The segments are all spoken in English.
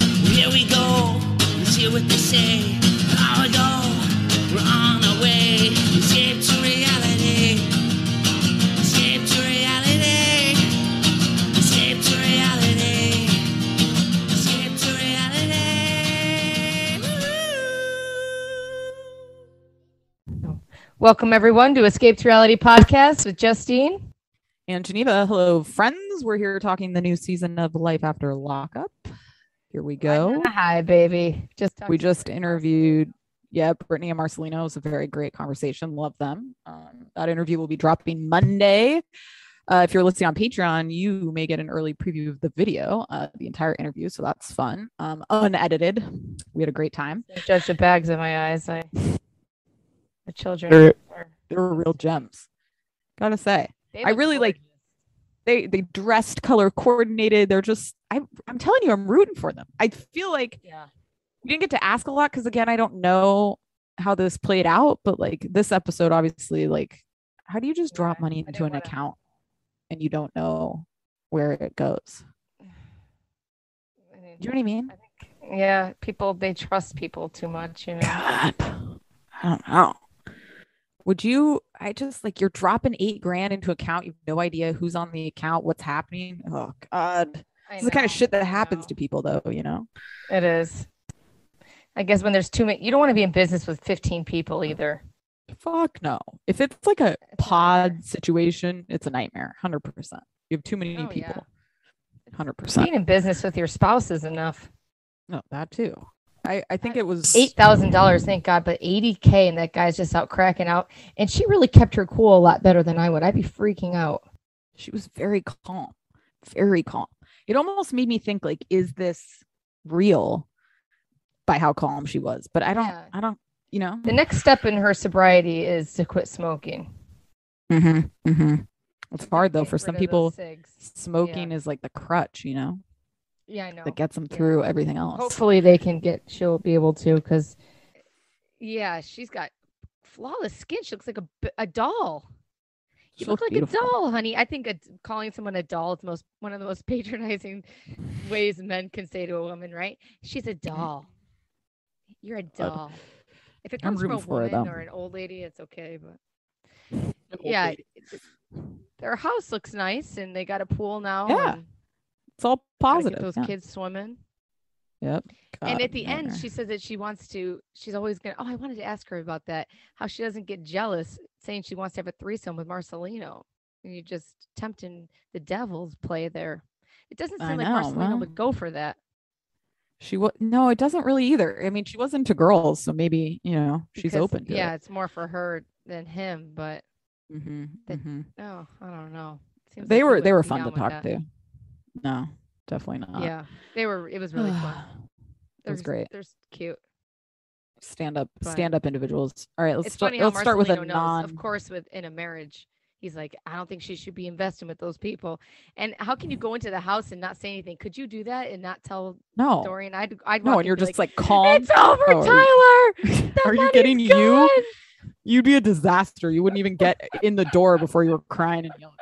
Here we go, let's hear what they say. Power go, we're on our way. Escape to reality. Escape to reality. Escape to reality. Escape to reality. Woo-hoo. Welcome, everyone, to Escape to Reality podcast with Justine. and Geneva. Hello, friends. We're here talking the new season of Life After Lockup. Here we go. Hi, baby. Just We just interviewed, yeah, Brittany and Marcelino. It was a very great conversation. Love them. Um, that interview will be dropping Monday. Uh, if you're listening on Patreon, you may get an early preview of the video, uh, the entire interview. So that's fun. Um, unedited. We had a great time. judge the bags in my eyes. I, the children. They're- are- They were real gems. Gotta say. they I look really like- gorgeous. they they dressed color coordinated they're just I, i'm telling you i'm rooting for them i feel like Yeah. we didn't get to ask a lot because again i don't know how this played out but like this episode obviously like how do you just drop Yeah, money I into didn't an wanna- account and you don't know where it goes I mean, do you know what i mean Yeah, people they trust people too much, you know. god i don't know would you i just like you're dropping eight grand into account you have no idea who's on the account what's happening oh god I it's the kind of know, shit I that happens to know. people though you know It is. I guess when there's too many, you don't want to be in business with 15 people either. Fuck no. If it's like a It's a nightmare. pod situation, it's a nightmare. 100%. You have too many Oh, yeah. people. 100%. Being in business with your spouse is enough. No, that too. I, I think it was Eight thousand dollars, thank God, but 80k, and that guy's just out cracking out. And she really kept her cool a lot better than I would. I'd be freaking out. She was very calm, very calm. It almost made me think like, is this real by how calm she was? But I don't, Yeah. I don't, you know. The next step in her sobriety is to quit smoking. Mm-hmm, mm-hmm. It's hard though Get for rid some of those people. cigs. Smoking is like the crutch, you know, Yeah, I know. that gets them Yeah. through everything else. Hopefully they can get. She'll be able to because. Yeah, she's got flawless skin. She looks like a, b- a doll. You She look looked like beautiful. a doll, honey. I think a, calling someone a doll is most one of the most patronizing ways men can say to a woman, right? She's a Mm-hmm. doll. You're a doll. If it I'm comes from a rooting for her, woman though. or an old lady, it's okay. But An old yeah, lady. it- their house looks nice, and they got a pool now. Yeah, and It's all gotta positive. Get those yeah. kids swimming. Yep. and God, at the end, nightmare. she says that she wants to. She's always gonna. Oh, I wanted to ask her about that. How she doesn't get jealous, saying she wants to have a threesome with Marcelino. And you're just tempting the devil's play there. It doesn't I seem like know, Marcelino well. would go for that. she was no, it doesn't really either. I mean, she was into girls, so maybe you know she's because, open to yeah, it. it's more for her than him. But Mm-hmm, That- no, I don't know. Seems like They he were they wouldn't were be fun down to with that. talk to. No, definitely not. Yeah, they were. It was really fun. It was They're- great. They're s- cute. Stand up, But- stand up individuals. All right, let's it's start, funny how let's start with a Marcelino knows, non. of course, with in a marriage. He's like, I don't think she should be investing with those people. And how can you go into the house and not say anything? Could you do that and not tell no, Dorian? I'd, I'd Oh. no, walk and you're be just like, calm. It's over, Oh, are Tyler. The Are you money's getting you? gone!" You'd be a disaster. You wouldn't even get in the door before you were crying and yelling.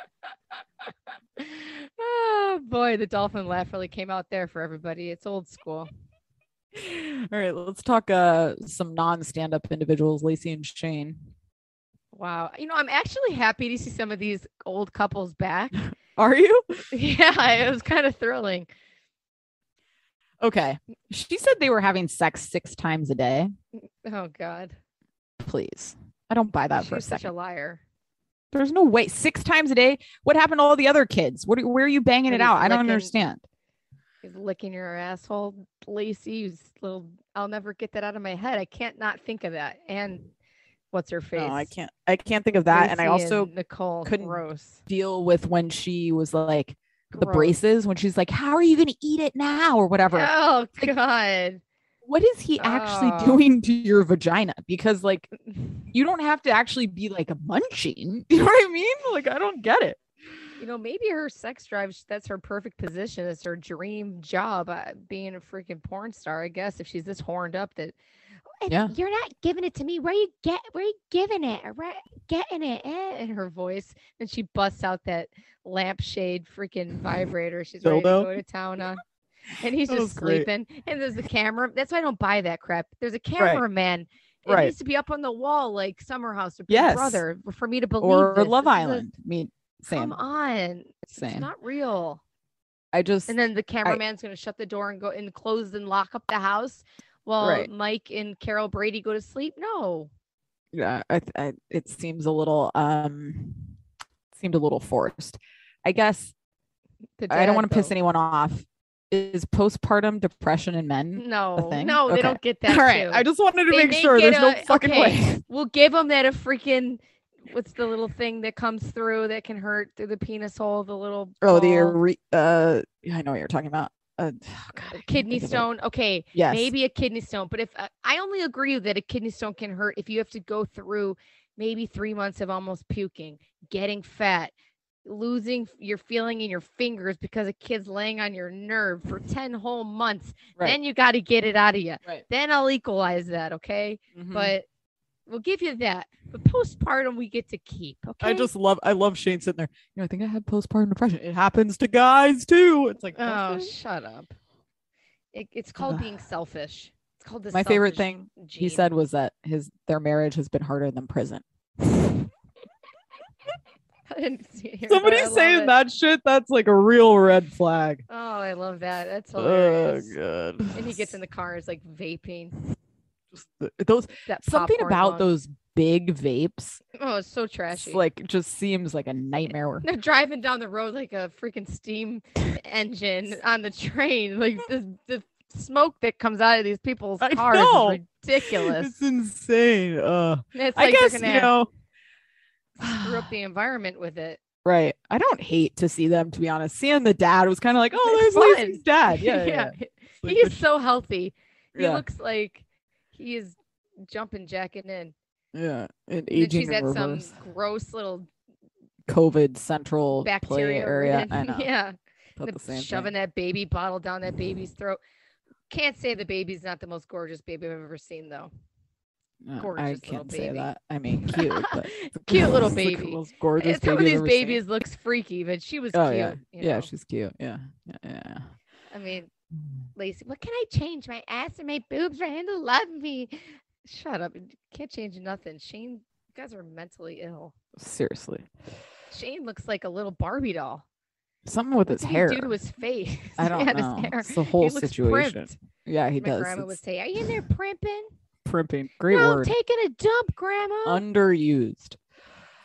Oh boy, the dolphin laugh really came out there for everybody. It's old school. All right, let's talk uh some non-stand up individuals, Lacey and Shane. Wow. You know, I'm actually happy to see some of these old couples back. Are you? yeah, it was kind of thrilling. Okay. She said they were having sex six times a day. Oh God. Please. I don't buy that for a She's such second. a liar. There's no way. Six times a day. What happened to all the other kids? What, are- where are you banging What it is out? I don't licking- understand. He's licking your asshole, Lacey. You s- little, I'll never get that out of my head. I can't not think of that. And what's her face? No, Oh, I can't. I can't think of that. and I Lacey also Nicole couldn't- Gross. deal with when she was like, the braces when she's like, How are you going to eat it now? or whatever. Oh God. What is he actually Oh. doing to your vagina? Because, like, you don't have to actually be like a munching. You know what I mean? Like, I don't get it. You know, maybe her sex drive, sh- that's her perfect position. It's her dream job, uh, being a freaking porn star, I guess, if she's this horned up that "If Yeah. you're not giving it to me. Where you get where you giving it? Or Where getting it eh," in her voice. And she busts out that lampshade freaking vibrator she's ready to Dildo. go to town on. And he's That was just great. sleeping. And there's the camera. That's why I don't buy that crap. There's a Right. cameraman it Right. needs to be up on the wall like Summer House or Big Yes. Brother for me to believe. Or this. Love This is a- Island. I mean, Come same. on. It's Same. not real. I just, And then the cameraman's going to shut the door and go and close and lock up the house while Right. Mike and Carol Brady go to sleep. No. yeah, I, th- I, it seems a little, um, seemed a little forced. I guess The I don't dad, want to piss though. anyone off. Is postpartum depression in men? No, thing? no, they Okay. don't get Mm, that. All right, too. I just wanted to They make make sure it there's no a- fucking okay. way. we'll give them that a freaking what's the little thing that comes through that can hurt through the penis hole, the little Oh, the ball, ure- uh, yeah, I know what you're talking about. Uh, oh, God, I can't kidney think of it. stone. Okay, Yes, maybe a kidney stone but if uh, i only agree that a kidney stone can hurt if you have to go through maybe three months of almost puking getting fat losing f- your feeling in your fingers because a kid's laying on your nerve for 10 whole months Right. then you got to get it out of you Right. then i'll equalize that okay Mhm. but we'll give you that but postpartum we get to keep okay I just love I love Shane sitting there. You know, I think I had postpartum depression. It happens to guys too. It's like oh that's it. shut up it, it's called being selfish it's called the my favorite selfish thing he gene. said was that his their marriage has been harder than prison. I didn't see it here, but I Somebody love saying it. that shit, that's like a real red flag. Oh, I love that. That's Oh hilarious. god. and he gets in the car, is like vaping. Just the- those That something popcorn about lung. those big vapes Oh, it's so it's trashy. like just seems like a nightmare where they're driving down the road like a freaking steam engine on the train. Like the the smoke that comes out of these people's I cars know. is ridiculous. It's insane. Uh It's I like guess they're you gonna know screw up the environment with it. Right. I don't hate to see them to be honest. Seeing the dad was kind of like, oh, It's there's fun. Lacey's dad. Yeah. yeah. yeah. It's like He the is sh- so healthy. He yeah. looks like he is jumping jacking in. Yeah, an And aging she's in at some reverse. gross little COVID central play bacteria area. ridden- I know. yeah. thought the- the same shoving thing. that baby bottle down that baby's throat. Can't say the baby's not the most gorgeous baby I've ever seen, though. No, I gorgeous little can't say baby. that. I mean, cute, but it's a Cute little it's the baby. most gorgeous And some baby of I've these ever seen. babies looks freaky, but she was Oh cute. yeah, you yeah, know? she's cute. Yeah, yeah, yeah. I mean, Mm. Lacey, what can I change? My ass and my boobs for him to love me. Shut up. you Can't change nothing. Shane, you guys are mentally ill. Seriously, Shane looks like a little Barbie doll. something with What his did he hair. do to his face? I don't Yeah, his know. hair. It's the He whole looks situation. primped. Yeah, he My does. grandma it's would say, "Are you in there primping?" primping. Great no, I'm word. taking a dump, Grandma. Underused.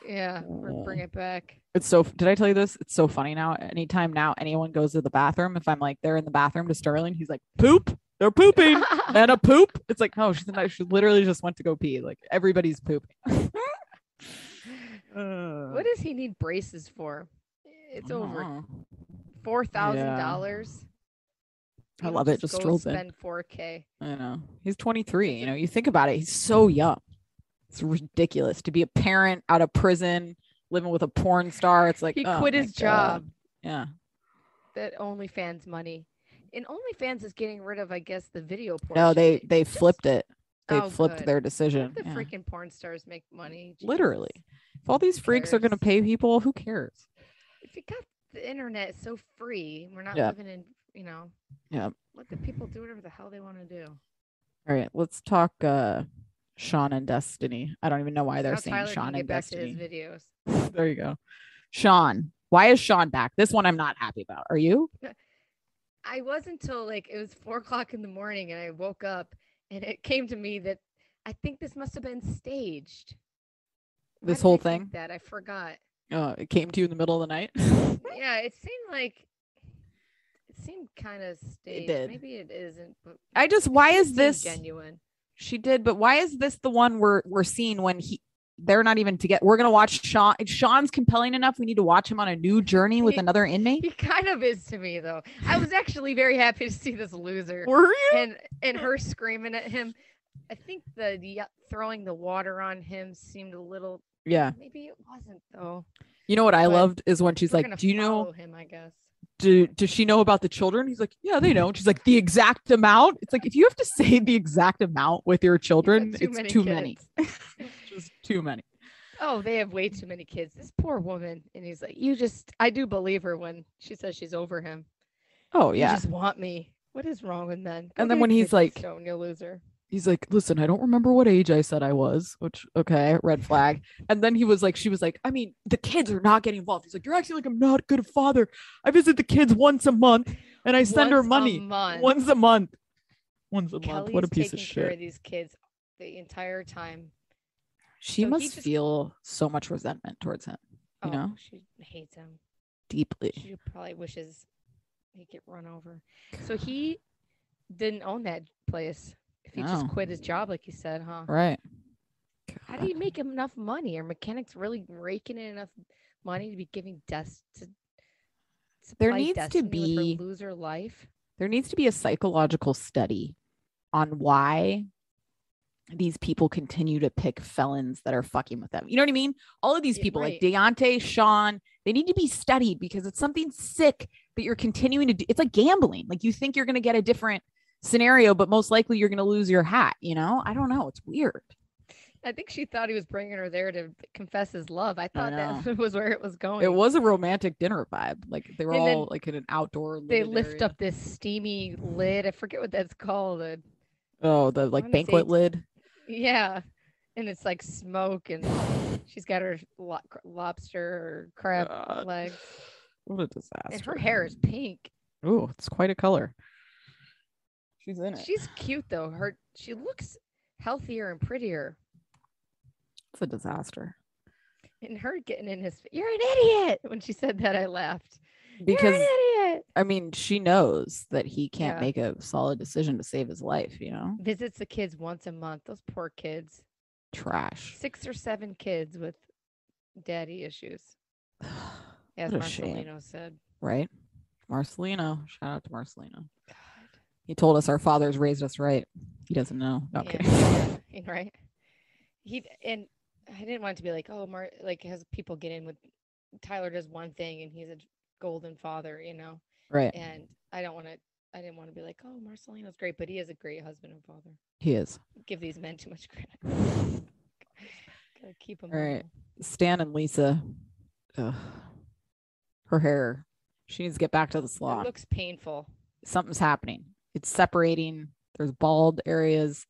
yeah, br- oh. bring it back. It's so. Did I tell you this? It's so funny now. Anytime now, anyone goes to the bathroom. If I'm like, they're in the bathroom to Sterling, he's like, poop. They're pooping. and a poop. It's like, no, she's not. She literally just went to go pee. Like everybody's pooping. What does he need braces for? It's over Uh-huh. four thousand dollars. I love it. Just strolls in. spend four k. I know. He's 23. You know, you think about it. He's so young. It's ridiculous to be a parent out of prison, living with a porn star. It's like He oh quit my his God. job. Yeah. That OnlyFans money, and OnlyFans is getting rid of, I guess, the video porn. No, shit. they they Just flipped it. They Oh, flipped good. their let decision. the Yeah. freaking porn stars make money. Literally. Jesus. If all these freaks are going to cares? pay people, who cares? If you got the internet so free, we're not Yeah. living in, you know. Yeah. Let the people do whatever the hell they want to do. All right, let's talk uh Sean and Destiny. I don't even know why they're Now saying Tyler Sean can get and back Destiny. to his videos. there you go. Sean. Why is Sean back? This one I'm not happy about. Are you? I was until like it was four o'clock in the morning and I woke up and it came to me that I think this must have been staged. Why This did whole I think thing? that I forgot. Uh, it came to you in the middle of the night. Yeah, it seemed like it seemed kind of staged. did. Maybe it isn't, but I just why it is seemed this genuine? she did, but why is this the one we're we're seeing when he they're not even to get. We're gonna watch Sean. Sean's compelling enough. We need to watch him on a new journey with He- another inmate. He kind of is to me though. I was actually very happy to see this loser Were you? and and her screaming at him. I think the, the uh, throwing the water on him seemed a little. Yeah. Maybe it wasn't though. You know what I But loved is when she's We're like, gonna "Do you know? follow him?" I guess. do, does she know about the children? He's like, yeah, they know. And she's like, the exact amount. It's like if you have to say the exact amount with your children, Too it's many too many. kids. Just too many. Oh, they have way too many kids. This poor woman. And he's like, You just, I do believe her when she says she's over him. Oh You yeah. just want me. What is wrong with men? Go And then get a when he's kidney like- stone, you loser. He's like, listen, I don't remember what age I said I was, which okay, red flag. And then he was like, she was like, I mean, the kids are not getting involved. He's like, you're acting like I'm not a good father. I visit the kids once a month and I send her Once a money month. once a month. Once a month. Kelly's What a piece of taking care shit. of these kids the entire time. She So he must just- feel so much resentment towards him Oh, You know? she hates him. deeply. She probably wishes he'd get run over. So he didn't own that place. If he just No. quit his job, like you said, huh? Right. How do you make enough money? Are mechanics really raking in enough money to be giving death to? There supply needs Destiny to with her be- loser life. there needs to be a psychological study on why these people continue to pick felons that are fucking with them. You know what I mean? All of these Yeah, people, right. like Deontay, Sean, they need to be studied because it's something sick that you're continuing to do. It's like gambling. Like you think you're going to get a different scenario, but most likely you're going to lose your hat. You know? I don't know. It's weird. I think she thought he was bringing her there to confess his love. I thought that was where it was going. It was a romantic dinner vibe. Like they were And then all like in an outdoor. They limited lift area. up this steamy lid. I forget what that's called. uh, Oh, the like wanna say banquet it's- lid. yeah, and it's like smoke, and she's got her lo- cr- lobster or crab God. legs, What a and disaster. her hair is pink. Oh, it's quite a color. She's in She's cute though. Her she looks healthier and prettier. It's a disaster. And her getting in his, you're an idiot. When she said that, I laughed. Because you're an idiot. I mean, she knows that he can't Yeah. make a solid decision to save his life, you know? Visits the kids once a month. Those poor kids. Trash. Six or seven kids with daddy issues, as What a shame. Marcelino said. right? Marcelino. Shout out to Marcelino. God. He told us our fathers raised us right. He doesn't know. No, I'm Yeah, kidding. yeah, and right. He and I didn't want it to be like, oh, Mar, like has people get in with Tyler does one thing and he's a golden father, you know. Right. And I don't want to. I didn't want to be like, oh, Marcelino's great, but he is a great husband and father. He is. give these men too much credit. Gotta keep them. All right. Stan and Lisa. Ugh. Her hair. She needs to get back to the It salon. looks painful. something's happening. It's separating. There's bald areas.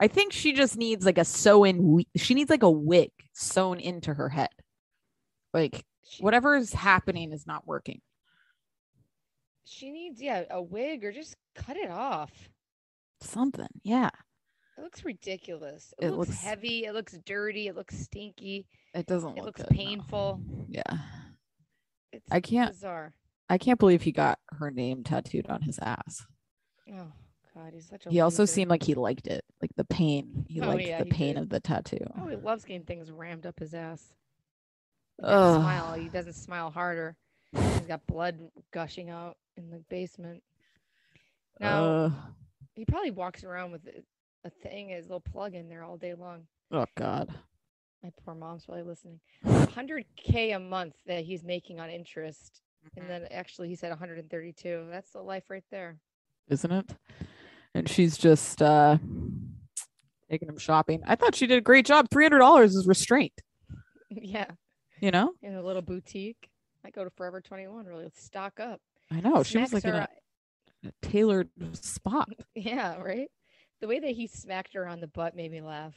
I think she just needs like a sew in. wi- She needs like a wig sewn into her head. Like She, whatever is happening is not working. she needs, yeah, a wig or just cut it off. Something. Yeah. It looks ridiculous. It, It looks, looks- heavy. It looks dirty. It looks stinky. It doesn't It look looks good, no. painful. Yeah. It's I can't- Bizarre. I can't believe he got her name tattooed on his ass. Oh God, he's such a. He also loser. seemed like he liked it, like the pain. He Oh, liked yeah, the he pain did. of the tattoo. Oh, he loves getting things rammed up his ass. He doesn't Ugh. smile. He doesn't smile harder. He's got blood gushing out in the basement. Now, Ugh. He probably walks around with a- a thing, his little plug in there all day long. oh God. My poor mom's probably listening. 100K a month that he's making on interest. And Mm-hmm. then actually, he said 132. That's the life right there. isn't it? And she's just uh taking him shopping. I thought she did a great job. Three hundred dollars is restraint, yeah. you know? In a little boutique. I go to Forever 21, really. Stock up. I know. Oh, She was Smacks like in her a, a tailored spot. Yeah, right? The way that he smacked her on the butt made me laugh.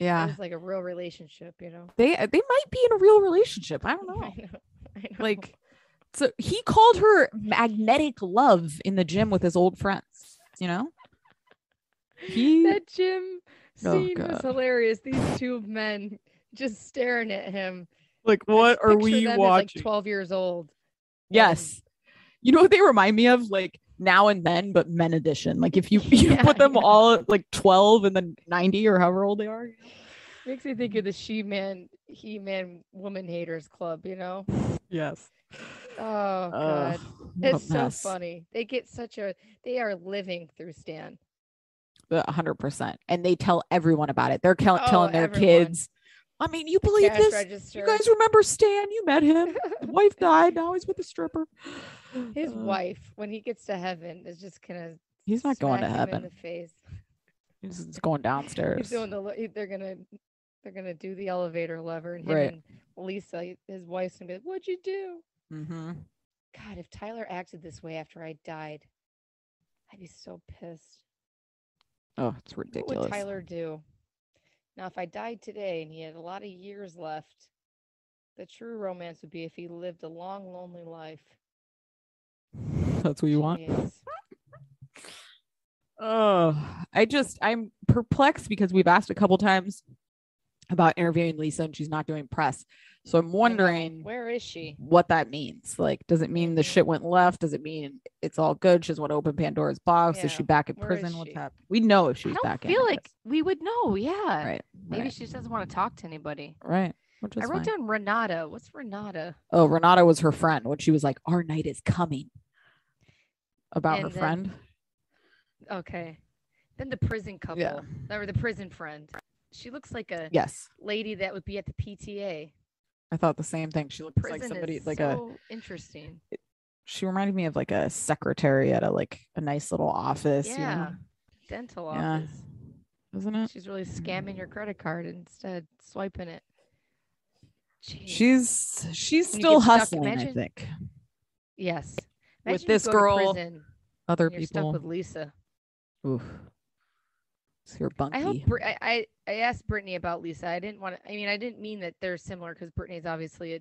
It Yeah. was like a real relationship, you know? They uh, they might be in a real relationship. I don't I know. know. I know. Like so he called her magnetic love in the gym with his old friends, you know? He that gym Oh, scene was God. hilarious. These two men just staring at him. like I just picture them as, Like Twelve years old. Yes. You know what they remind me of? Like now and then, but men edition. Like if you, you Yeah, put them yeah. all at like 12 and then 90 or however old they are. you know? Makes me think of the she man, he man, woman haters club, you know? Yes. Oh, God. Ugh, what a It's so mess. funny. They get such a, they are living through Stan. The 100%. And they tell everyone about it. They're cal- Oh, telling their everyone. kids. I mean, you believe Cash this? register. You guys remember Stan? You met him. The wife died. Now he's with a stripper. His Uh, wife, when he gets to heaven, is just gonna. He's not going to smack him heaven. In the face. He's just going He's downstairs. doing the. le- They're gonna. They're gonna do the elevator lever, and him Right. and Lisa, his wife's gonna be like, "What'd you do?" hmm God, if Tyler acted this way after I died, I'd be so pissed. Oh, it's What ridiculous. would Tyler do? Now, if I died today and he had a lot of years left, the true romance would be if he lived a long, lonely life. That's what you want. Jeez. Oh, I just I'm perplexed because we've asked a couple times about interviewing Lisa and she's not doing press. So I'm I know. wondering where is she? what that means. Like, does it mean the Mhm. shit went left? Does it mean it's all good? She doesn't want to open Pandora's box. Is Yeah. she back in Where is prison? What's she? happening? We know if she's I don't back in. feel I like we would know. Yeah. guess. right, Maybe right, she just doesn't want to talk to anybody. right. Which is I wrote fine. down Renata. What's Renata? Oh, Renata was her friend when she was like, "Our night is coming." About her And then- friend. Okay. Then the prison couple. Yeah. Or the prison friend. She looks like a Yes, lady that would be at the PTA. I thought the same thing. She looked Prison like somebody, is like a so interesting. she reminded me of like a secretary at a like a nice little office. you know? Yeah. Dental Yeah. office. Isn't it? She's really scamming your credit card instead swiping it. Jeez. She's she's When you still get stuck, hustling, I imagine- think. yes. with Imagine you this go to girl, prison Other and you're stuck with people. Lisa. Oof. It's your bunky. I hope Brit- I, I I asked Brittany about Lisa. I didn't want to. I mean, I didn't mean that they're similar because Brittany's obviously a,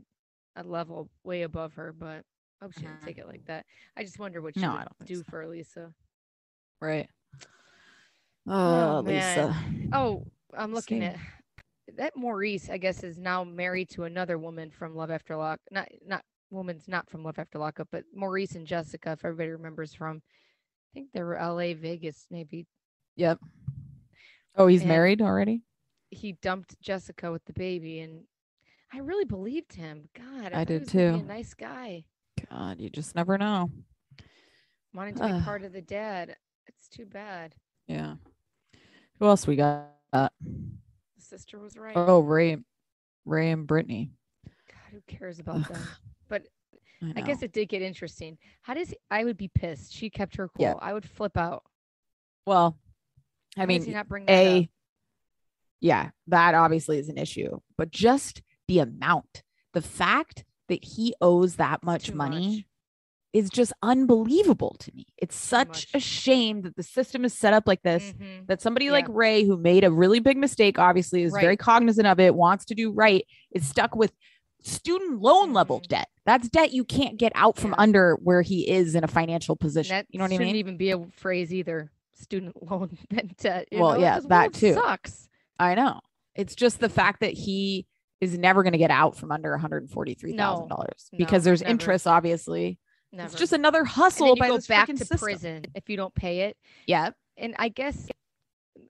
a level way above her, but I hope she didn't Mhm. take it like that. I just wonder what she No, I would don't think do so. for Lisa. right. Oh, Oh, Lisa. Oh, I'm looking Same. at that Maurice. I guess is now married to another woman from Love After Lock. Not not woman's not from Love After Lockup, but Maurice and Jessica. If everybody remembers from, I think they were L.A. Vegas. Maybe Yep. Oh, he's And- married already? he dumped Jessica with the baby, and I really believed him. God, thought I he did was gonna be too. A nice guy, God, you just never know. wanting to be Ugh. part of the dad. It's too bad. Yeah. Who else we got? The sister was right. Oh, Ray. Ray and Brittany. God, who cares about Ugh. them? But I know. guess it did get interesting. How does he- I would be pissed? She kept her cool. Yeah. I would flip out. Well, I How does mean, he not bring that up? a yeah that obviously is an issue but just the amount the fact that he owes that much Too money is just unbelievable to me it's such a much. shame that the system is set up like this Mhm. that somebody Yeah. like ray who made a really big mistake obviously is very Right. cognizant of it wants to do right is stuck with student loan level Mhm. debt that's debt you can't get out from Yeah. under where he is in a financial position That you know what i shouldn't mean even be a phrase either. Student loan and debt. you Well, know? yeah, 'Cause the that world too. sucks. I know. It's just the fact that he is never going to get out from under $143,000 because no, there's never. interest, obviously. Never. It's just another and then hustle you by go this back freaking to system. prison if you don't pay it. Yeah. And I guess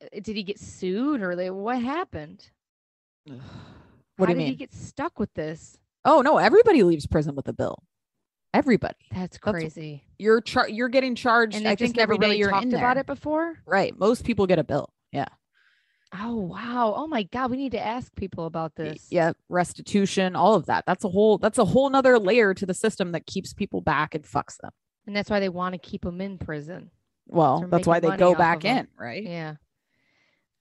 uh, did he get sued or they, what happened? What How do you did mean? he get stuck with this? oh, no. Everybody leaves prison with a bill. Everybody. That's That's- crazy. You're char- you're getting charged. and they I just think never every day really you're talked in about there. it before. Right. Most people get a bill. Yeah. Oh wow! Oh my God! We need to ask people about Y- this. Yeah. Restitution, all of that. That's a whole that's a whole nother layer to the system that keeps people back and fucks them. and that's why they want to keep them in prison. Well, They're that's why making they go money off back of 'em. in, right? Yeah.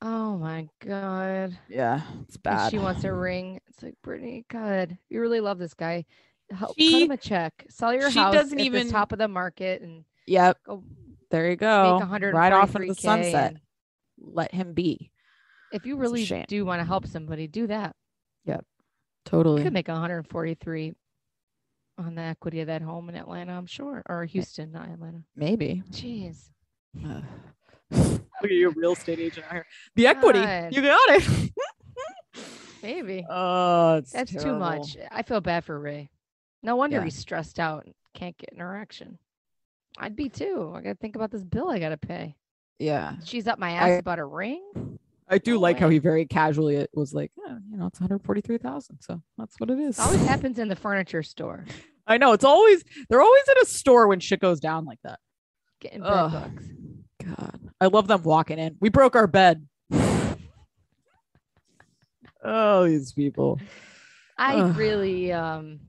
Oh my God! Yeah. It's And bad. she wants a ring. It's like Brittany. God, you really love this guy. Help, cut She- him a check. Sell your she house doesn't at even- the top of the market and Yep. go There you make go. make hundred Oh, Right off into the sunset. Let him be. If you It's a really shame. do want to help somebody, do that. You Totally. could make 143 on the equity of that home in Atlanta, I'm sure, or Houston, not Atlanta. Maybe. Jeez. Look at your real estate agent out here. The equity. God. You got it. Maybe. oh, it's That's too terrible. much. I feel bad for Ray. No wonder Yeah. he's stressed out and can't get an erection. I'd be too. I got to think about this bill I got to pay. Yeah. She's up my I- ass about a ring. I do No like how way. he very casually it was like, yeah, you know, it's 143,000. So that's what it is. It always happens in the furniture store. I know. It's always, they're always at a store when shit goes down like that. Getting bed Ugh. bugs. God. I love them walking in. We broke our bed. oh, these people. I Ugh. really um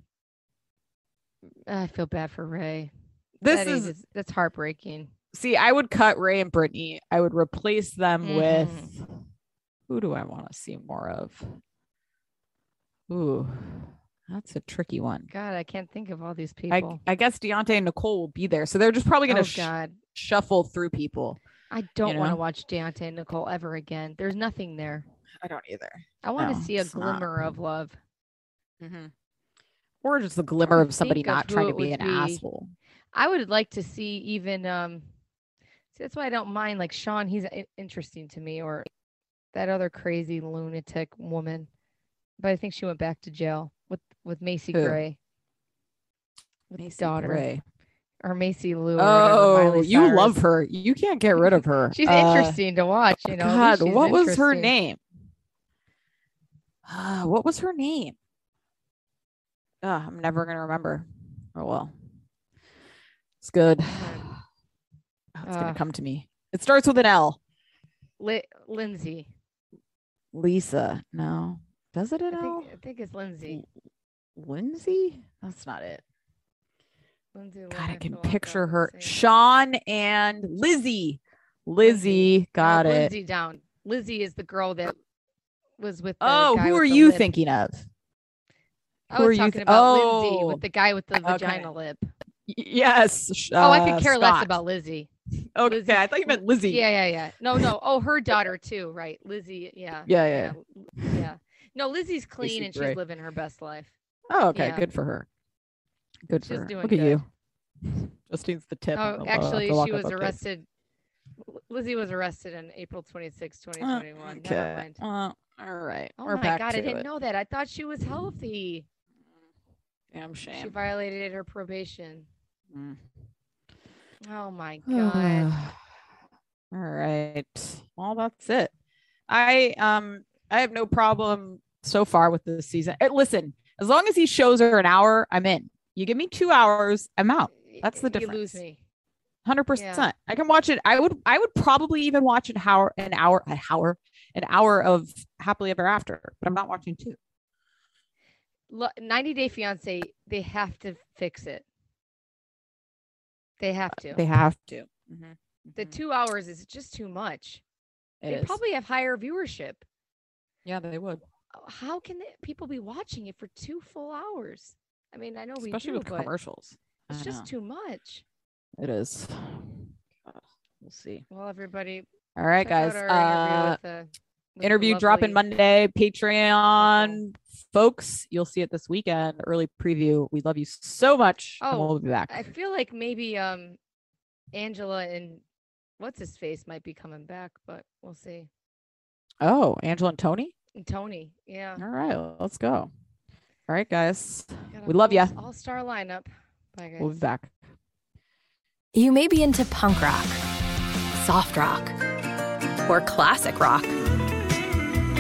I feel bad for Ray. This That is that's heartbreaking. see, I would cut Ray and Brittany. I would replace them Mm-hmm. with who do I want to see more of? Ooh, that's a tricky one. God, I can't think of all these I, people. I guess Deontay and Nicole will be there. So they're just probably gonna oh sh- God, shuffle through people. I don't want know? to watch Deontay and Nicole ever again. There's nothing there. I don't either. I want No, to see a it's not. glimmer of love. Or just the glimmer of somebody Mm-hmm. think of not who trying it to be an would be. asshole. I would like to see even um see, that's why I don't mind like Sean, he's i- interesting to me or that other crazy lunatic woman. But I think she went back to jail with with Macy Who? Gray. With Macy daughter Gray. or Macy Lou. or whatever, Oh, Miley you love Cyrus. her. You can't get rid of her. She's Uh, interesting to watch, you know. at least God, she's what was her interesting. name? Uh, what was her name? Uh, I'm never gonna remember. Oh well, it's good. Um, Oh, it's Uh, gonna come to me. It starts with an L. Li- Lindsay. Lisa. No, does it I an L? think, I think it's Lindsay. Lindsay? That's not it. Lindsay God, I Lohan, can Philip picture Roth, her. same. Sean and Lizzie. Lindsay. Lizzie, got Mark it. Lindsay down. Lizzie is the girl that was with. The Oh, guy who with are the you lip. thinking of? I who are was you talking th- about Lindsay Oh. with the guy with the Okay. vagina lip. Y- Yes. sh- Oh, I uh, could care less Scott. about Lizzie. Okay, Lizzie. I thought you meant Lizzie. Yeah, yeah, yeah. No, no. Oh, her daughter too, right? Lizzie. Yeah. Yeah, yeah, Yeah. yeah. No, Lizzie's clean Lizzie and Gray. she's living her best life. Oh, okay. Yeah. Good for her. Good for She's her. doing Look at good. you. Justine's the tip. on Oh, the- uh, actually, the she walk-up was update. arrested. L- Lizzie was arrested on April 26, Uh, 2021. Never Okay. mind. Uh, all right. Oh We're my back God, to I didn't it. know that. I thought she was healthy. Damn She shame. violated her probation. Mm. Oh my God. All right. Well, that's it. I um I have no problem so far with this season. Eh, listen, as long as he shows her an hour, I'm in. You give me two hours, I'm out. that's the Y- You difference. lose me. Hundred percent. I can watch it. I would. I would probably even watch an hour, an hour, an hour, an hour of Happily Ever After. But I'm not watching two. Lo- 90 Day Fiance, they have to fix it. They have to. Uh, They have to. the two hours is just too much. Mm-hmm. It they is. probably have higher viewership. Oh, Yeah, they would. How can the, people be watching it for two full hours? I mean, I know Especially we with do, but commercials. it's I just know. too much. It is. God, We'll see. Well, everybody, All right, check out guys. our Uh, interview, with the, with the interview dropping lovely- Monday. Patreon folks, you'll see it this weekend. Early preview. We love you so much. and Oh, we'll be back. I feel like maybe um, Angela and what's his face might be coming back, but we'll see. oh, Angela and Tony. And Tony, yeah, All right, let's go. All right, guys. got a We love full ya. s- All-star lineup. Bye guys. We'll be back. You may be into punk rock, soft rock, or classic rock,